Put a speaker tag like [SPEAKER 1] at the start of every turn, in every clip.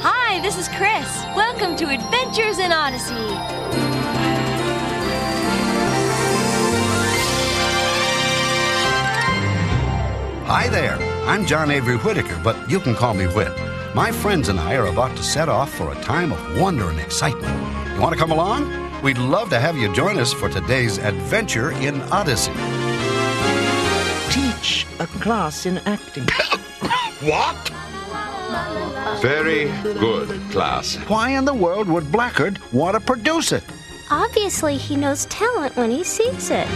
[SPEAKER 1] Hi, this is Chris. Welcome to Adventures in Odyssey.
[SPEAKER 2] Hi there. I'm John Avery Whitaker, but you can call me Whit. My friends and I are about to set off for a time of wonder and excitement. You want to come along? We'd love to have you join us for today's adventure in Odyssey.
[SPEAKER 3] teach a class in acting.
[SPEAKER 4] What? Very good, class.
[SPEAKER 2] Why in the world would Blackard want to produce it?
[SPEAKER 5] Obviously, he knows talent when he sees it.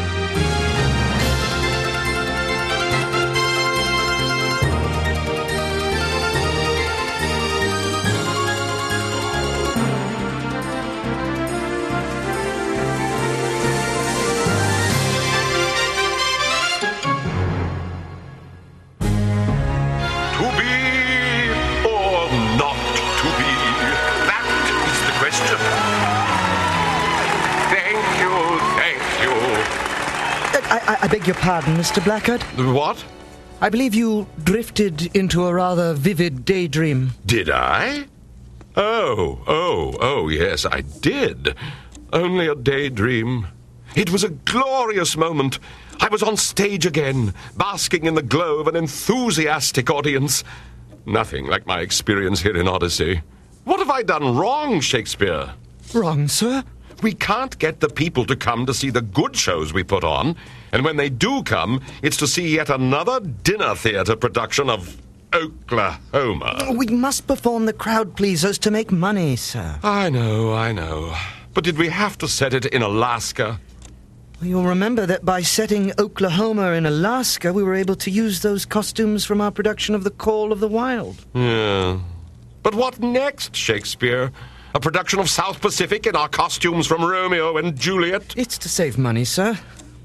[SPEAKER 4] To be or not to be? That is the question. Thank you, thank you.
[SPEAKER 3] I, I, I beg your pardon, Mr. Blackard.
[SPEAKER 4] What?
[SPEAKER 3] I believe you drifted into a rather vivid daydream.
[SPEAKER 4] Did I? Oh, oh, oh, yes, I did. Only a daydream. It was a glorious moment. I was on stage again, basking in the glow of an enthusiastic audience. Nothing like my experience here in Odyssey. What have I done wrong, Shakespeare?
[SPEAKER 3] Wrong, sir?
[SPEAKER 4] We can't get the people to come to see the good shows we put on, and when they do come, it's to see yet another dinner theatre production of Oklahoma.
[SPEAKER 3] We must perform the crowd pleasers to make money, sir.
[SPEAKER 4] I know, I know. But did we have to set it in Alaska?
[SPEAKER 3] You'll remember that by setting Oklahoma in Alaska, we were able to use those costumes from our production of The Call of the Wild.
[SPEAKER 4] Yeah. But what next, Shakespeare? A production of South Pacific in our costumes from Romeo and Juliet?
[SPEAKER 3] It's to save money, sir.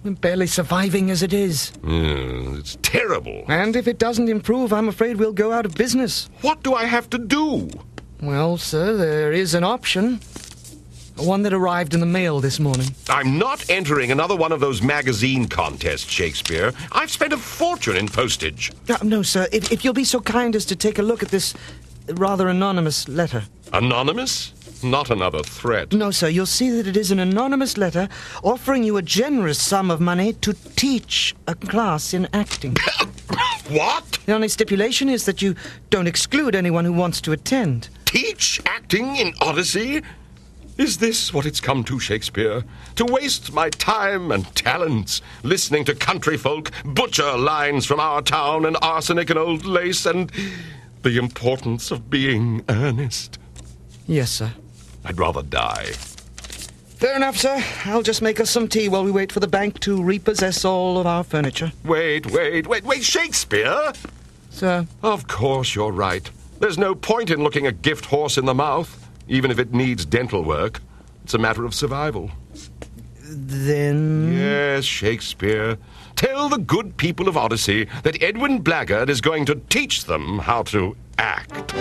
[SPEAKER 3] We're barely surviving as it is.
[SPEAKER 4] Yeah, it's terrible.
[SPEAKER 3] And if it doesn't improve, I'm afraid we'll go out of business.
[SPEAKER 4] What do I have to do?
[SPEAKER 3] Well, sir, there is an option. One that arrived in the mail this morning.
[SPEAKER 4] I'm not entering another one of those magazine contests, Shakespeare. I've spent a fortune in postage.
[SPEAKER 3] Uh, no, sir, if, if you'll be so kind as to take a look at this rather anonymous letter.
[SPEAKER 4] Anonymous? Not another threat.
[SPEAKER 3] No, sir, you'll see that it is an anonymous letter offering you a generous sum of money to teach a class in acting.
[SPEAKER 4] What?
[SPEAKER 3] the only stipulation is that you don't exclude anyone who wants to attend.
[SPEAKER 4] teach acting in Odyssey? Is this what it's come to, Shakespeare? To waste my time and talents listening to country folk butcher lines from our town and arsenic and old lace and the importance of being earnest.
[SPEAKER 3] Yes, sir.
[SPEAKER 4] I'd rather die.
[SPEAKER 3] Fair enough, sir. I'll just make us some tea while we wait for the bank to repossess all of our furniture.
[SPEAKER 4] Wait, wait, wait, wait, Shakespeare!
[SPEAKER 3] Sir,
[SPEAKER 4] Of course, you're right. There's no point in looking a gift horse in the mouth, even if it needs dental work. It's a matter of survival.
[SPEAKER 3] then.
[SPEAKER 4] Yes, Shakespeare. Tell the good people of Odyssey that Edwin Blackguard is going to teach them how to act.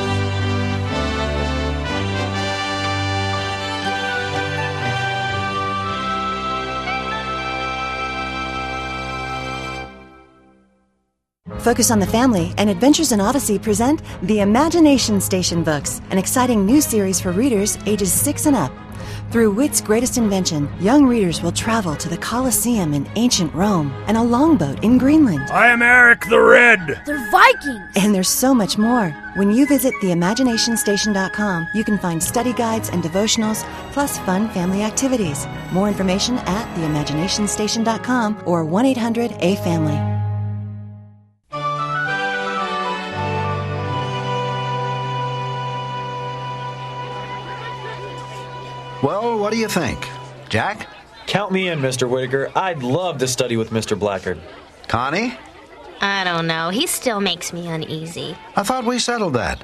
[SPEAKER 6] Focus on the Family and Adventures in Odyssey present the Imagination Station books, an exciting new series for readers ages 6 and up. Through wit's greatest invention, young readers will travel to the Colosseum in ancient Rome and a longboat in Greenland.
[SPEAKER 7] I am Eric the Red.
[SPEAKER 1] They're Vikings!
[SPEAKER 6] And there's so much more. When you visit theimaginationstation.com, you can find study guides and devotionals, plus fun family activities. More information at theimaginationstation.com or 1 800 A Family.
[SPEAKER 2] Well, what do you think? Jack?
[SPEAKER 8] Count me in, Mr. Whitaker. I'd love to study with Mr. Blackard.
[SPEAKER 2] Connie?
[SPEAKER 1] I don't know. He still makes me uneasy.
[SPEAKER 2] I thought we settled that.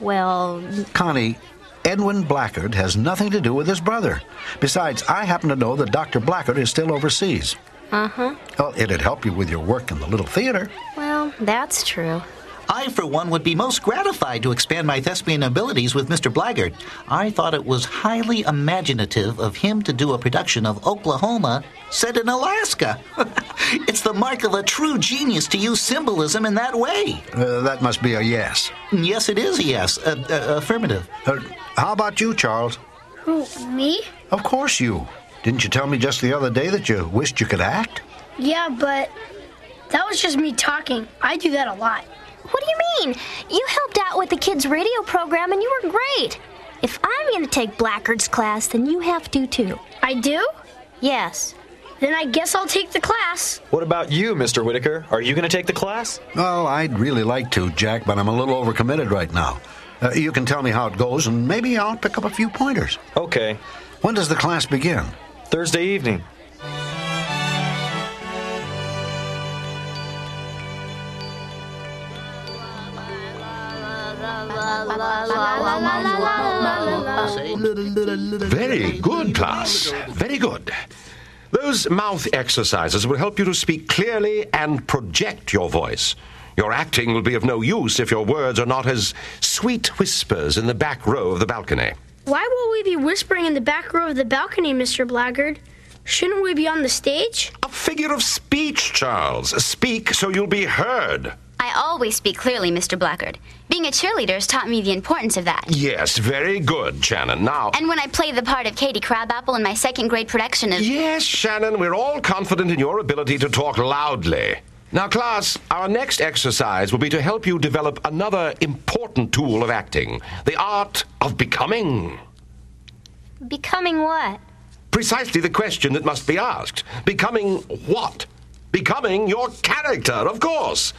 [SPEAKER 1] Well,
[SPEAKER 2] Connie, Edwin Blackard has nothing to do with his brother. Besides, I happen to know that Dr. Blackard is still overseas.
[SPEAKER 1] uh huh.
[SPEAKER 2] Well, it'd help you with your work in the little theater.
[SPEAKER 1] Well, that's true.
[SPEAKER 9] I, for one, would be most gratified to expand my thespian abilities with Mr. Blaggard. I thought it was highly imaginative of him to do a production of Oklahoma set in Alaska. it's the mark of a true genius to use symbolism in that way.
[SPEAKER 2] Uh, that must be a yes.
[SPEAKER 9] Yes, it is a yes. Uh, uh, affirmative.
[SPEAKER 2] Uh, how about you, Charles?
[SPEAKER 5] Who, me?
[SPEAKER 2] Of course you. Didn't you tell me just the other day that you wished you could act?
[SPEAKER 5] Yeah, but that was just me talking. I do that a lot.
[SPEAKER 1] What do you mean? You helped out with the kids' radio program and you were great. If I'm going to take Blackard's class, then you have to too.
[SPEAKER 5] I do?
[SPEAKER 1] Yes.
[SPEAKER 5] Then I guess I'll take the class.
[SPEAKER 8] What about you, Mr. Whitaker? Are you going to take the class?
[SPEAKER 2] Well, I'd really like to, Jack, but I'm a little overcommitted right now. Uh, you can tell me how it goes, and maybe I'll pick up a few pointers.
[SPEAKER 8] Okay.
[SPEAKER 2] When does the class begin?
[SPEAKER 8] Thursday evening.
[SPEAKER 4] Very good, class. Very good. Those mouth exercises will help you to speak clearly and project your voice. Your acting will be of no use if your words are not as sweet whispers in the back row of the balcony.
[SPEAKER 5] Why will we be whispering in the back row of the balcony, Mr. Blackguard? Shouldn't we be on the stage?
[SPEAKER 4] A figure of speech, Charles. Speak so you'll be heard.
[SPEAKER 10] I always speak clearly, Mr. Blackard. Being a cheerleader has taught me the importance of that.
[SPEAKER 4] Yes, very good, Shannon. Now.
[SPEAKER 10] And when I play the part of Katie Crabapple in my second grade production of.
[SPEAKER 4] Yes, Shannon, we're all confident in your ability to talk loudly. Now, class, our next exercise will be to help you develop another important tool of acting the art of becoming.
[SPEAKER 1] Becoming what?
[SPEAKER 4] Precisely the question that must be asked. Becoming what? Becoming your character, of course.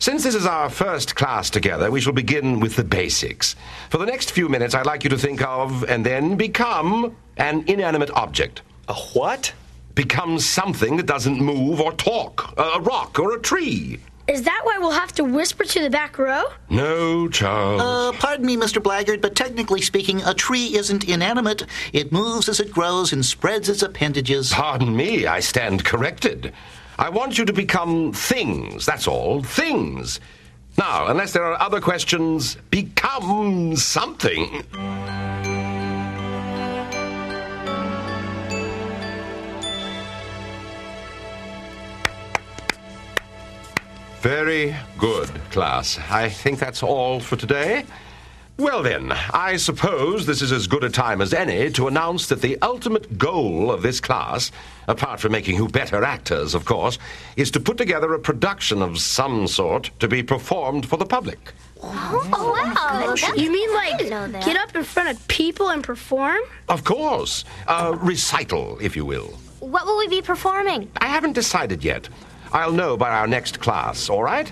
[SPEAKER 4] Since this is our first class together, we shall begin with the basics. For the next few minutes, I'd like you to think of and then become an inanimate object.
[SPEAKER 8] A what?
[SPEAKER 4] Become something that doesn't move or talk, a a rock or a tree.
[SPEAKER 5] Is that why we'll have to whisper to the back row?
[SPEAKER 4] No, Charles.
[SPEAKER 9] Uh, pardon me, Mr. Blaggard, but technically speaking, a tree isn't inanimate. It moves as it grows and spreads its appendages.
[SPEAKER 4] Pardon me, I stand corrected. I want you to become things, that's all. Things. Now, unless there are other questions, become something. Very good, class. I think that's all for today. Well, then, I suppose this is as good a time as any to announce that the ultimate goal of this class, apart from making you better actors, of course, is to put together a production of some sort to be performed for the public.
[SPEAKER 1] Oh, wow.
[SPEAKER 5] You mean like
[SPEAKER 1] know that.
[SPEAKER 5] get up in front of people and perform?
[SPEAKER 4] Of course, a recital, if you will.
[SPEAKER 1] What will we be performing?
[SPEAKER 4] I haven't decided yet. I'll know by our next class, all right?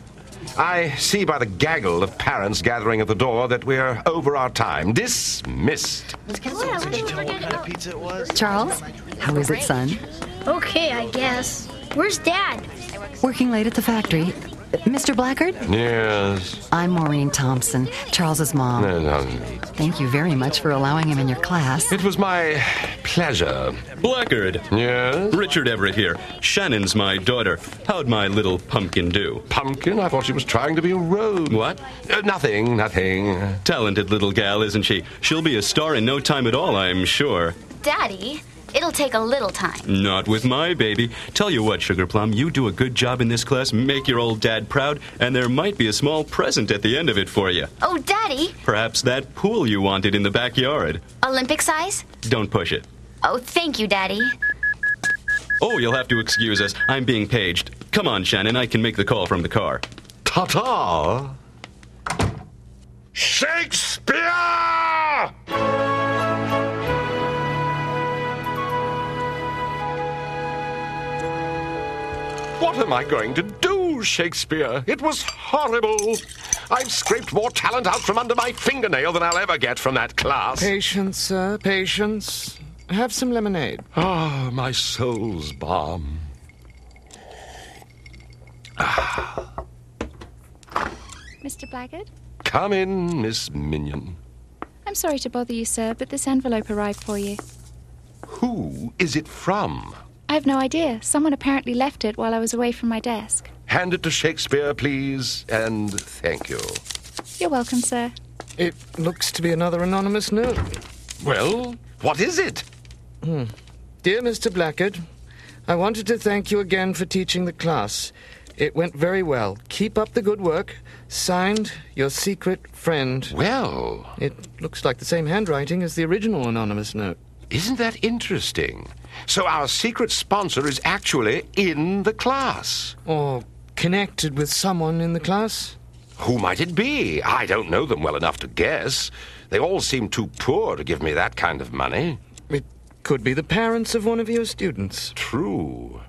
[SPEAKER 4] I see by the gaggle of parents gathering at the door that we're over our time. Dismissed.
[SPEAKER 11] Charles, how is it, son?
[SPEAKER 5] Okay, I guess. Where's Dad?
[SPEAKER 11] Working late at the factory. Mr. Blackard?
[SPEAKER 4] Yes.
[SPEAKER 11] I'm Maureen Thompson, Charles's mom.
[SPEAKER 4] No, no.
[SPEAKER 11] Thank you very much for allowing him in your class.
[SPEAKER 4] It was my pleasure.
[SPEAKER 12] Blackguard.
[SPEAKER 4] Yes?
[SPEAKER 12] Richard Everett here. Shannon's my daughter. How'd my little pumpkin do?
[SPEAKER 4] Pumpkin? I thought she was trying to be a rogue.
[SPEAKER 12] What?
[SPEAKER 4] Uh, nothing, nothing.
[SPEAKER 12] Talented little gal, isn't she? She'll be a star in no time at all, I'm sure.
[SPEAKER 10] Daddy, it'll take a little time.
[SPEAKER 12] Not with my baby. Tell you what, Mm. Sugar Plum, you do a good job in this class. Make your old dad proud, and there might be a small present at the end of it for you.
[SPEAKER 10] Oh, Daddy,
[SPEAKER 12] Perhaps that pool you wanted in the backyard.
[SPEAKER 10] Olympic size?
[SPEAKER 12] Don't push it.
[SPEAKER 10] Oh, thank you, Daddy.
[SPEAKER 12] Oh, you'll have to excuse us. I'm being paged. Come on, Shannon, I can make the call from the car.
[SPEAKER 4] Ta ta! Shakespeare! What am I going to do, Shakespeare? It was horrible. I've scraped more talent out from under my fingernail than I'll ever get from that class.
[SPEAKER 3] Patience, sir, patience. Have some lemonade.
[SPEAKER 4] Ah, my soul's balm.
[SPEAKER 13] Mr. Blackard?
[SPEAKER 4] Come in, Miss Minion.
[SPEAKER 13] I'm sorry to bother you, sir, but this envelope arrived for you.
[SPEAKER 4] Who is it from?
[SPEAKER 13] I have no idea. Someone apparently left it while I was away from my desk.
[SPEAKER 4] Hand it to Shakespeare, please, and thank you.
[SPEAKER 13] You're welcome, sir.
[SPEAKER 3] It looks to be another anonymous note.
[SPEAKER 4] Well, what is it?
[SPEAKER 3] Hmm. Dear Mr. Blackard, I wanted to thank you again for teaching the class. It went very well. Keep up the good work. Signed, your secret friend.
[SPEAKER 4] Well.
[SPEAKER 3] It looks like the same handwriting as the original anonymous note.
[SPEAKER 4] Isn't that interesting? So our secret sponsor is actually in the class.
[SPEAKER 3] Or connected with someone in the class?
[SPEAKER 4] Who might it be? I don't know them well enough to guess. They all seem too poor to give me that kind of money.
[SPEAKER 3] It could be the parents of one of your students.
[SPEAKER 4] True.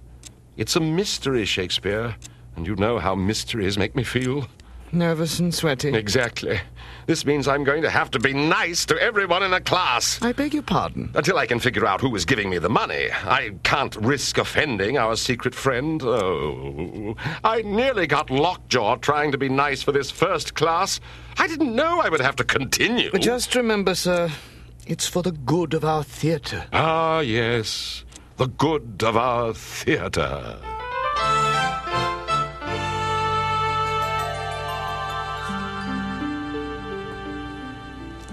[SPEAKER 4] It's a mystery, Shakespeare. And you know how mysteries make me feel.
[SPEAKER 3] Nervous and sweaty.
[SPEAKER 4] Exactly. This means I'm going to have to be nice to everyone in the class.
[SPEAKER 3] I beg your pardon.
[SPEAKER 4] Until I can figure out who is giving me the money, I can't risk offending our secret friend. Oh, I nearly got lockjaw trying to be nice for this first class. I didn't know I would have to continue.
[SPEAKER 3] But just remember, sir, it's for the good of our theatre.
[SPEAKER 4] Ah, yes, the good of our theatre.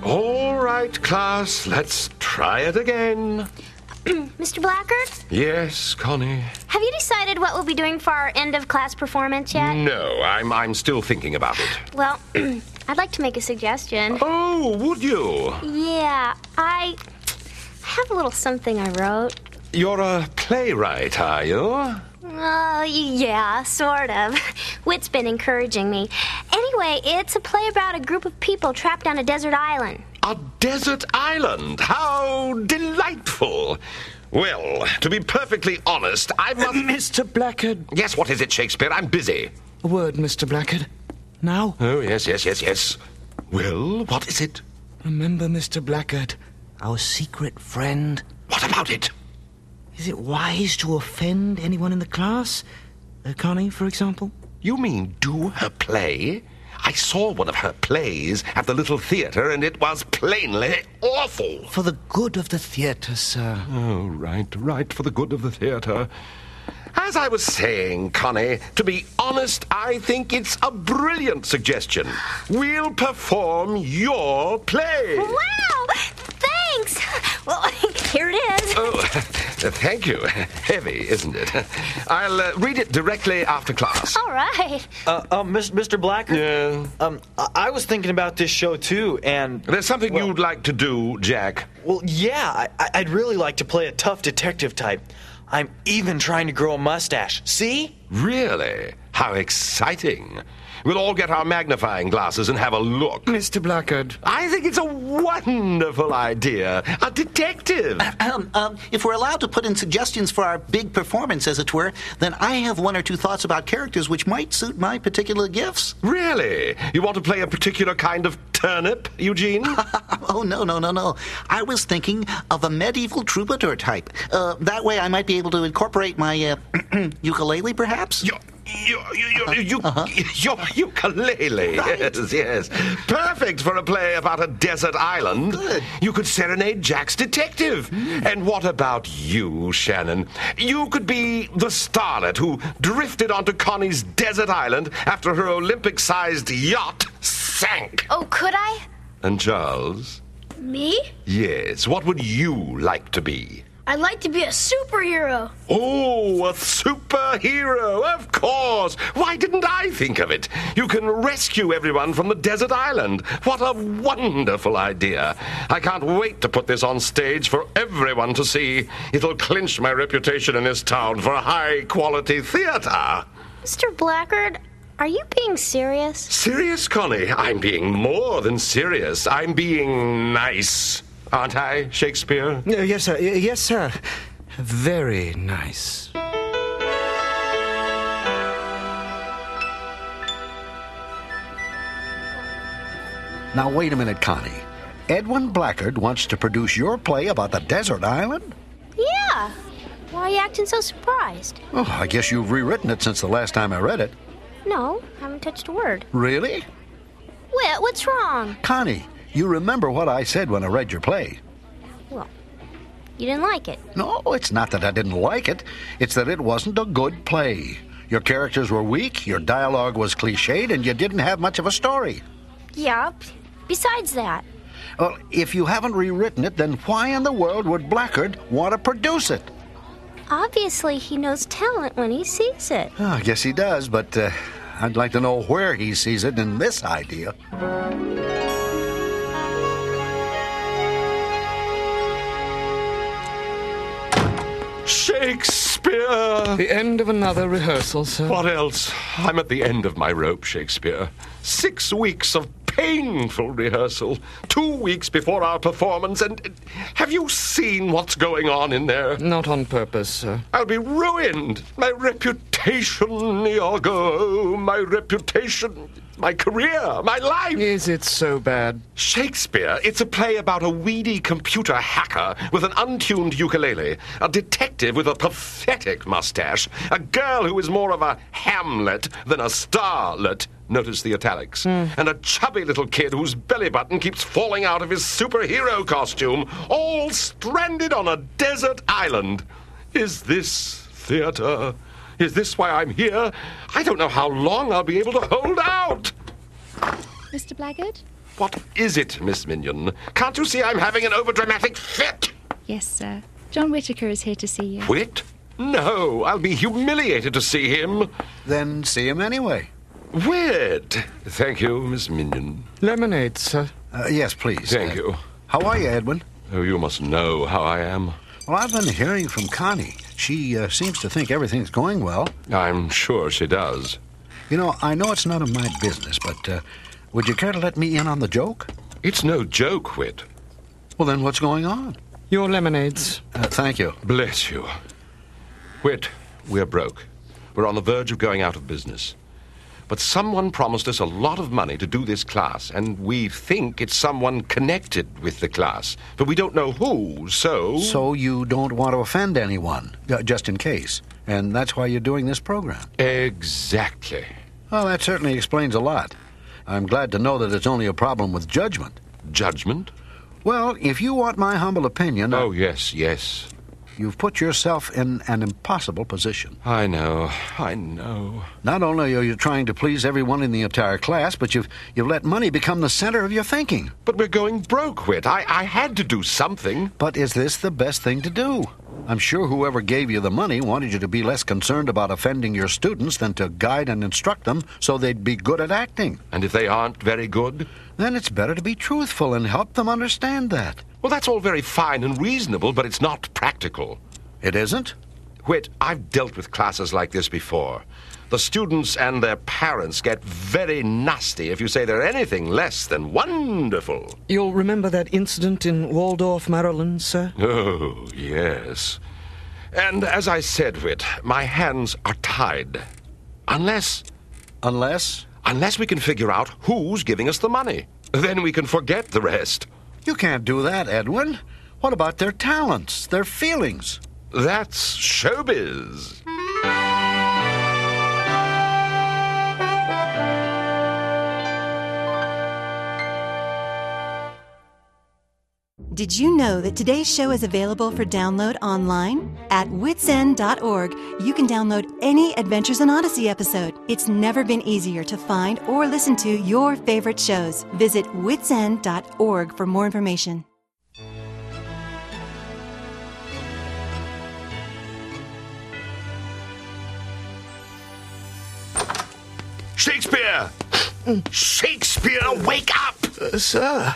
[SPEAKER 4] All right, class, let's try it again.
[SPEAKER 1] Mr. Blackard?
[SPEAKER 4] Yes, Connie.
[SPEAKER 1] Have you decided what we'll be doing for our end of class performance yet?
[SPEAKER 4] No, I'm, I'm still thinking about it.
[SPEAKER 1] Well, I'd like to make a suggestion.
[SPEAKER 4] Oh, would you?
[SPEAKER 1] Yeah, I have a little something I wrote.
[SPEAKER 4] You're a playwright, are you?
[SPEAKER 1] Uh, yeah, sort of. Wit's been encouraging me. Anyway, it's a play about a group of people trapped on a desert island.
[SPEAKER 4] A desert island? How delightful! Well, to be perfectly honest, I must.
[SPEAKER 3] Mr. Blackard.
[SPEAKER 4] Yes, what is it, Shakespeare? I'm busy.
[SPEAKER 3] A word, Mr. Blackard. Now?
[SPEAKER 4] Oh, yes, yes, yes, yes. Well, what is it?
[SPEAKER 3] Remember, Mr. Blackard, our secret friend.
[SPEAKER 4] What about it?
[SPEAKER 3] Is it wise to offend anyone in the class? Uh, Connie, for example?
[SPEAKER 4] You mean do her play? I saw one of her plays at the little theatre, and it was plainly awful.
[SPEAKER 3] For the good of the theatre, sir.
[SPEAKER 4] Oh, right, right, for the good of the theatre. As I was saying, Connie, to be honest, I think it's a brilliant suggestion. We'll perform your play.
[SPEAKER 1] Wow! Thanks! Well, here it is.
[SPEAKER 4] Oh, thank you. Heavy, isn't it? I'll uh, read it directly after class.
[SPEAKER 14] Oh,
[SPEAKER 1] All right.
[SPEAKER 8] Uh, uh, Miss, Mr. Blacker?
[SPEAKER 4] Yeah.
[SPEAKER 8] Um, I-, I was thinking about this show too, and.
[SPEAKER 4] There's something
[SPEAKER 8] well,
[SPEAKER 4] you'd like to do, Jack.
[SPEAKER 8] Well, yeah, I- I'd really like to play a tough detective type. I'm even trying to grow a mustache. See?
[SPEAKER 4] Really? How exciting. We'll all get our magnifying glasses and have a look.
[SPEAKER 3] Mr. Blackard.
[SPEAKER 4] I think it's a wonderful idea. A detective.
[SPEAKER 9] Um, um, if we're allowed to put in suggestions for our big performance, as it were, then I have one or two thoughts about characters which might suit my particular gifts.
[SPEAKER 4] Really? You want to play a particular kind of turnip, Eugene?
[SPEAKER 9] oh, no, no, no, no. I was thinking of a medieval troubadour type. Uh, that way I might be able to incorporate my uh, ukulele, perhaps?
[SPEAKER 4] Your, your, your, your, uh-huh. your ukulele.
[SPEAKER 9] Right.
[SPEAKER 4] Yes, yes. Perfect for a play about a desert island.
[SPEAKER 9] Good.
[SPEAKER 4] You could serenade Jack's detective. And what about you, Shannon? You could be the starlet who drifted onto Connie's desert island after her Olympic sized yacht sank.
[SPEAKER 10] Oh, could I?
[SPEAKER 4] And Charles?
[SPEAKER 5] Me?
[SPEAKER 4] Yes, what would you like to be?
[SPEAKER 5] I'd like to be a superhero.
[SPEAKER 4] Oh, a superhero, of course. Why didn't I think of it? You can rescue everyone from the desert island. What a wonderful idea. I can't wait to put this on stage for everyone to see. It'll clinch my reputation in this town for high quality theater.
[SPEAKER 1] Mr. Blackard, are you being serious?
[SPEAKER 4] Serious, Connie? I'm being more than serious. I'm being nice. Aren't I, Shakespeare?
[SPEAKER 3] Uh, yes, sir. Y- yes, sir. Very nice.
[SPEAKER 2] Now, wait a minute, Connie. Edwin Blackard wants to produce your play about the desert island?
[SPEAKER 1] Yeah. Why are you acting so surprised?
[SPEAKER 2] Oh, I guess you've rewritten it since the last time I read it.
[SPEAKER 1] No, haven't touched a word.
[SPEAKER 2] Really?
[SPEAKER 1] Wit, what's wrong?
[SPEAKER 2] Connie, you remember what I said when I read your play.
[SPEAKER 1] Well, You didn't like it.
[SPEAKER 2] No, it's not that I didn't like it. It's that it wasn't a good play. Your characters were weak, your dialogue was cliched, and you didn't have much of a story.
[SPEAKER 1] Yeah. Besides that,
[SPEAKER 2] Well, if you haven't rewritten it, then why in the world would Blackard want to produce it?
[SPEAKER 1] obviously he knows talent when he sees it.
[SPEAKER 2] Oh, I guess he does, but uh, I'd like to know where he sees it in this idea.
[SPEAKER 4] Shakespeare!
[SPEAKER 3] The end of another rehearsal, sir.
[SPEAKER 4] What else? I'm at the end of my rope, Shakespeare. Six weeks of painful rehearsal, two weeks before our performance, and uh, have you seen what's going on in there?
[SPEAKER 3] Not on purpose, sir.
[SPEAKER 4] I'll be ruined. My reputation, Iago, my reputation, my career, my life.
[SPEAKER 3] Is it so bad?
[SPEAKER 4] Shakespeare, it's a play about a weedy computer hacker with an untuned ukulele, a detective with a pathetic mustache, a girl who is more of a Hamlet than a starlet. Notice the italics. And a chubby little kid whose belly button keeps falling out of his superhero costume, all stranded on a desert island. Is this theatre? Is this why I'm here? I don't know how long I'll be able to hold out.
[SPEAKER 13] Mr. Blackguard?
[SPEAKER 4] What is it, Miss Minion? Can't you see I'm having an overdramatic fit?
[SPEAKER 13] Yes, sir. John Whitaker is here to see you.
[SPEAKER 4] Wit? No, I'll be humiliated to see him.
[SPEAKER 2] Then see him anyway.
[SPEAKER 4] Weird. Thank you, Miss Minion.
[SPEAKER 3] Lemonade, sir.
[SPEAKER 2] Uh, yes, please.
[SPEAKER 4] Thank
[SPEAKER 2] Uh,
[SPEAKER 4] you.
[SPEAKER 2] How are you, Edwin?
[SPEAKER 4] Oh, you must know how I am.
[SPEAKER 2] Well, I've been hearing from Connie. She uh, seems to think everything's going well.
[SPEAKER 4] I'm sure she does.
[SPEAKER 2] You know, I know it's none of my business, but uh, would you care to let me in on the joke?
[SPEAKER 4] It's no joke, Wit.
[SPEAKER 2] Well, then what's going on?
[SPEAKER 3] Your lemonades.
[SPEAKER 2] Uh, thank you.
[SPEAKER 4] Bless you. Wit, we're broke. We're on the verge of going out of business. But someone promised us a lot of money to do this class, and we think it's someone connected with the class. But we don't know who, so.
[SPEAKER 2] So you don't want to offend anyone, uh, just in case. And that's why you're doing this program.
[SPEAKER 4] Exactly.
[SPEAKER 2] Well, that certainly explains a lot. I'm glad to know that it's only a problem with judgment.
[SPEAKER 4] Judgment?
[SPEAKER 2] Well, if you want my humble opinion, uh,
[SPEAKER 4] Oh, yes, yes.
[SPEAKER 2] you've put yourself in an impossible position.
[SPEAKER 4] I know, I know.
[SPEAKER 2] Not only are you trying to please everyone in the entire class, but you've, you've let money become the center of your thinking.
[SPEAKER 4] But we're going broke, Whit. I, I had to do something.
[SPEAKER 2] But is this the best thing to do? I'm sure whoever gave you the money wanted you to be less concerned about offending your students than to guide and instruct them so they'd be good at acting.
[SPEAKER 4] And if they aren't very good?
[SPEAKER 2] Then it's better to be truthful and help them understand that.
[SPEAKER 4] Well, that's all very fine and reasonable, but it's not practical.
[SPEAKER 2] It isn't?
[SPEAKER 4] Whit, I've dealt with classes like this before. The students and their parents get very nasty if you say they're anything less than wonderful.
[SPEAKER 3] You'll remember that incident in Waldorf, Maryland, sir?
[SPEAKER 4] Oh, yes. And as I said, Whit, my hands are tied. Unless.
[SPEAKER 2] Unless
[SPEAKER 4] Unless we can figure out who's giving us the money. Then we can forget the rest.
[SPEAKER 2] you can't do that, Edwin. What about their talents, their feelings?
[SPEAKER 4] That's showbiz.
[SPEAKER 6] Did you know that today's show is available for download online? At witsend.org, you can download any Adventures in Odyssey episode. It's never been easier to find or listen to your favorite shows. Visit witsend.org for more information.
[SPEAKER 4] Shakespeare! Shakespeare, wake up!
[SPEAKER 3] Uh, sir.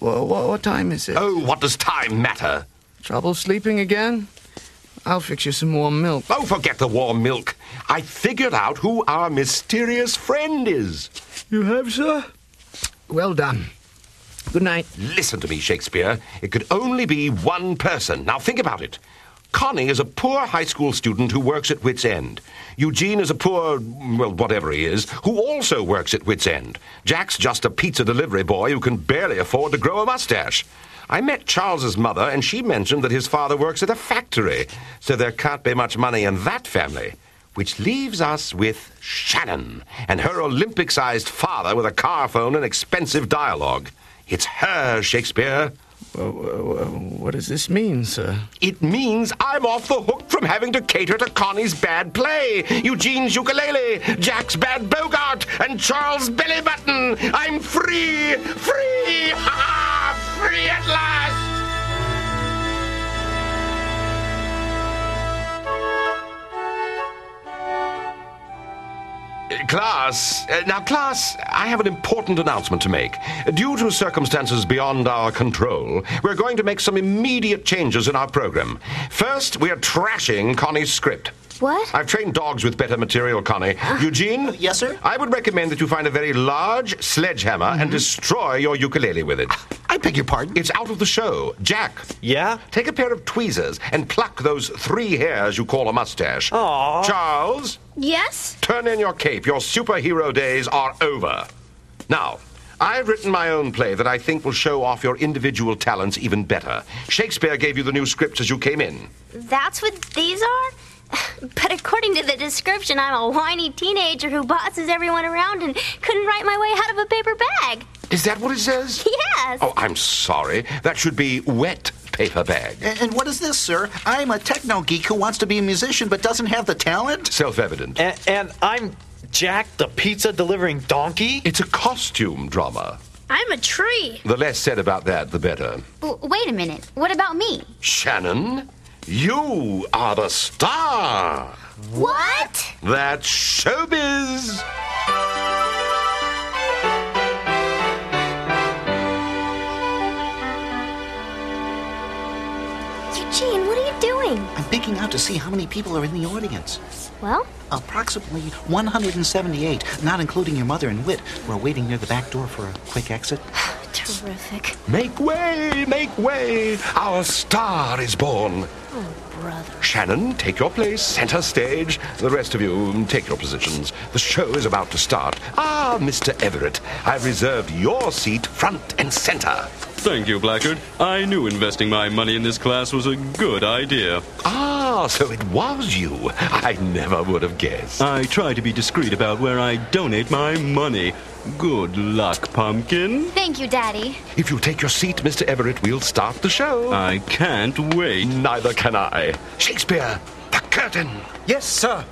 [SPEAKER 3] Well, what, what time is it?
[SPEAKER 4] Oh, what does time matter?
[SPEAKER 3] Trouble sleeping again? I'll fix you some warm milk.
[SPEAKER 4] Oh, forget the warm milk. I figured out who our mysterious friend is.
[SPEAKER 3] You have, sir? Well done. Good night.
[SPEAKER 4] Listen to me, Shakespeare. It could only be one person. Now think about it. Connie is a poor high school student who works at Wits End. Eugene is a poor, well, whatever he is, who also works at Wits End. Jack's just a pizza delivery boy who can barely afford to grow a mustache. I met Charles's mother, and she mentioned that his father works at a factory, so there can't be much money in that family. Which leaves us with Shannon and her Olympic sized father with a car phone and expensive dialogue. It's her, Shakespeare.
[SPEAKER 3] What does this mean, sir?
[SPEAKER 4] It means I'm off the hook from having to cater to Connie's bad play, Eugene's ukulele, Jack's bad Bogart, and Charles Billy Button. I'm free, free, ha ha, free at last. Uh, Class, uh, now, class, I have an important announcement to make. Due to circumstances beyond our control, we're going to make some immediate changes in our program. First, we are trashing Connie's script.
[SPEAKER 1] What?
[SPEAKER 4] I've trained dogs with better material, Connie. Eugene?
[SPEAKER 9] Uh, Yes, sir? Mm-hmm.
[SPEAKER 4] I would recommend that you find a very large sledgehammer and destroy your ukulele with it.
[SPEAKER 9] I beg your pardon?
[SPEAKER 4] It's out of the show. Jack.
[SPEAKER 8] Yeah?
[SPEAKER 4] Take a pair of tweezers and pluck those three hairs you call a mustache.
[SPEAKER 8] Aw.
[SPEAKER 4] Charles?
[SPEAKER 5] Yes?
[SPEAKER 4] Turn in your cape. Your superhero days are over. Now, I've written my own play that I think will show off your individual talents even better. Shakespeare gave you the new script as you came in.
[SPEAKER 1] That's what these are? But according to the description, I'm a whiny teenager who bosses everyone around and couldn't write my way out of a paper bag.
[SPEAKER 4] Is that what it says?
[SPEAKER 1] Yes.
[SPEAKER 4] Oh, I'm sorry. That should be wet paper bag.
[SPEAKER 9] And and what is this, sir? I'm a techno geek who wants to be a musician but doesn't have the talent?
[SPEAKER 4] Self evident.
[SPEAKER 8] And, and I'm Jack the pizza delivering donkey?
[SPEAKER 4] It's a costume drama.
[SPEAKER 5] I'm a tree.
[SPEAKER 4] The less said about that, the better.
[SPEAKER 10] W- wait a minute. What about me?
[SPEAKER 4] Shannon, you are the star.
[SPEAKER 1] What?
[SPEAKER 4] That's showbiz.
[SPEAKER 1] Eugene, what are you doing?
[SPEAKER 9] I'm picking out to see how many people are in the audience.
[SPEAKER 1] Well,
[SPEAKER 9] Approximately 178, not including your mother and Wit, who are waiting near the back door for a quick exit.
[SPEAKER 1] terrific.
[SPEAKER 4] Make way, make way. Our star is born.
[SPEAKER 1] Brother.
[SPEAKER 4] Shannon, take your place, center stage. The rest of you, mm, take your positions. The show is about to start. Ah, Mr. Everett, I've reserved your seat front and center.
[SPEAKER 12] Thank you, Blackard. I knew investing my money in this class was a good idea.
[SPEAKER 4] Ah, so it was you. I never would have guessed.
[SPEAKER 12] I try to be discreet about where I donate my money. Good luck, pumpkin.
[SPEAKER 10] Thank you, Daddy.
[SPEAKER 4] If you take your seat, Mr. Everett, we'll start the show.
[SPEAKER 12] I can't wait.
[SPEAKER 4] Neither can I. Shakespeare, the curtain.
[SPEAKER 15] Yes, sir.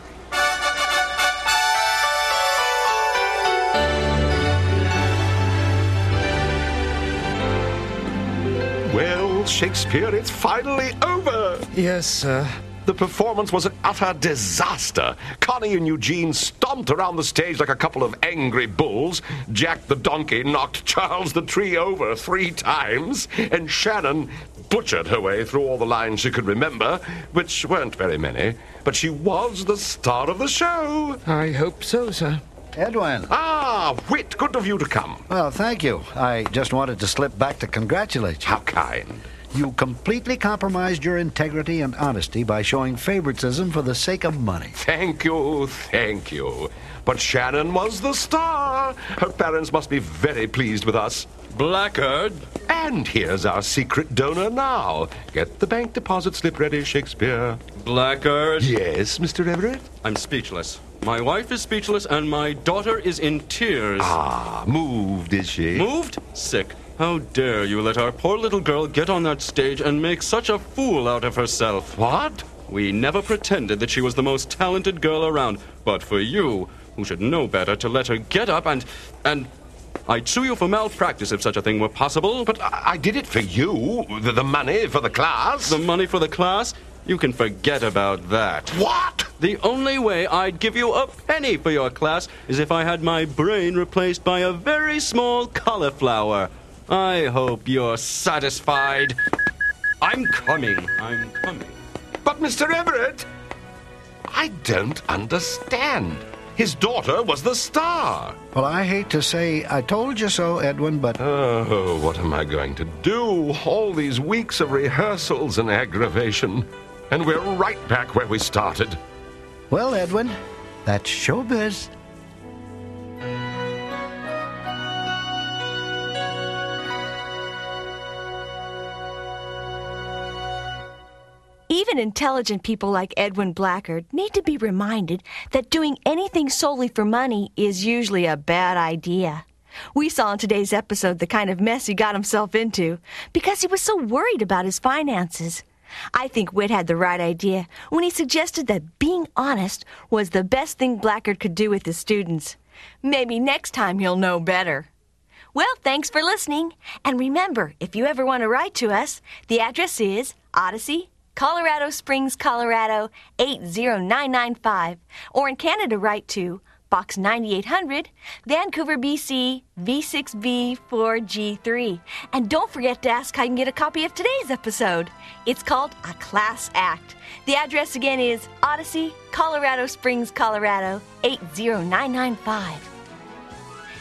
[SPEAKER 4] Well, Shakespeare, it's finally over.
[SPEAKER 3] Yes, sir.
[SPEAKER 4] The performance was an utter disaster. Connie and Eugene stomped around the stage like a couple of angry bulls. Jack the donkey knocked Charles the tree over three times, and Shannon butchered her way through all the lines she could remember, which weren't very many. But she was the star of the show.
[SPEAKER 3] I hope so, sir.
[SPEAKER 15] Edwin.
[SPEAKER 4] Ah, Whit, good of you to come.
[SPEAKER 15] Well, thank you. I just wanted to slip back to congratulate you.
[SPEAKER 4] How kind.
[SPEAKER 15] You completely compromised your integrity and honesty by showing favoritism for the sake of money.
[SPEAKER 4] Thank you, thank you. But Shannon was the star. Her parents must be very pleased with us.
[SPEAKER 12] Blackard?
[SPEAKER 4] And here's our secret donor now. Get the bank deposit slip ready, Shakespeare.
[SPEAKER 12] Blackard?
[SPEAKER 4] Yes, Mr. Everett?
[SPEAKER 12] I'm speechless. My wife is speechless, and my daughter is in tears.
[SPEAKER 4] Ah, moved, is she?
[SPEAKER 12] Moved? Sick. How dare you let our poor little girl get on that stage and make such a fool out of herself?
[SPEAKER 4] What?
[SPEAKER 12] We never pretended that she was the most talented girl around, but for you, who should know better, to let her get up and. and. I'd sue you for malpractice if such a thing were possible, but
[SPEAKER 4] But I, I did it for you. The, the money for the class.
[SPEAKER 12] the money for the class? You can forget about that.
[SPEAKER 4] What?
[SPEAKER 12] The only way I'd give you a penny for your class is if I had my brain replaced by a very small cauliflower. I hope you're satisfied. I'm coming. I'm coming.
[SPEAKER 4] But, Mr. Everett, I don't understand. His daughter was the star.
[SPEAKER 15] Well, I hate to say I told you so, Edwin, but
[SPEAKER 4] Oh, what am I going to do? All these weeks of rehearsals and aggravation. And we're right back where we started.
[SPEAKER 15] well, Edwin, that's showbiz.
[SPEAKER 14] Even intelligent people like Edwin Blackard need to be reminded that doing anything solely for money is usually a bad idea. We saw in today's episode the kind of mess he got himself into because he was so worried about his finances. I think Witt had the right idea when he suggested that being honest was the best thing Blackard could do with his students. Maybe next time he'll know better. Well, thanks for listening. And remember, if you ever want to write to us, the address is Odyssey, Colorado Springs, Colorado 80995. Or in Canada, write to Box 9800, Vancouver, BC V6V4G3. And don't forget to ask how you can get a copy of today's episode. It's called A Class Act. The address again is Odyssey, Colorado Springs, Colorado 80995.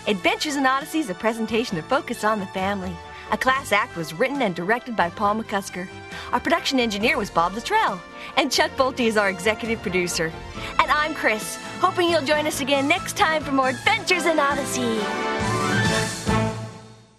[SPEAKER 14] Adventures in Odyssey is a presentation of Focus on the Family. A Class Act was written and directed by Paul McCusker. Our production engineer was Bob Luttrell, and Chuck Bolte is our executive producer. And I'm Chris, hoping you'll join us again next time for more Adventures in Odyssey.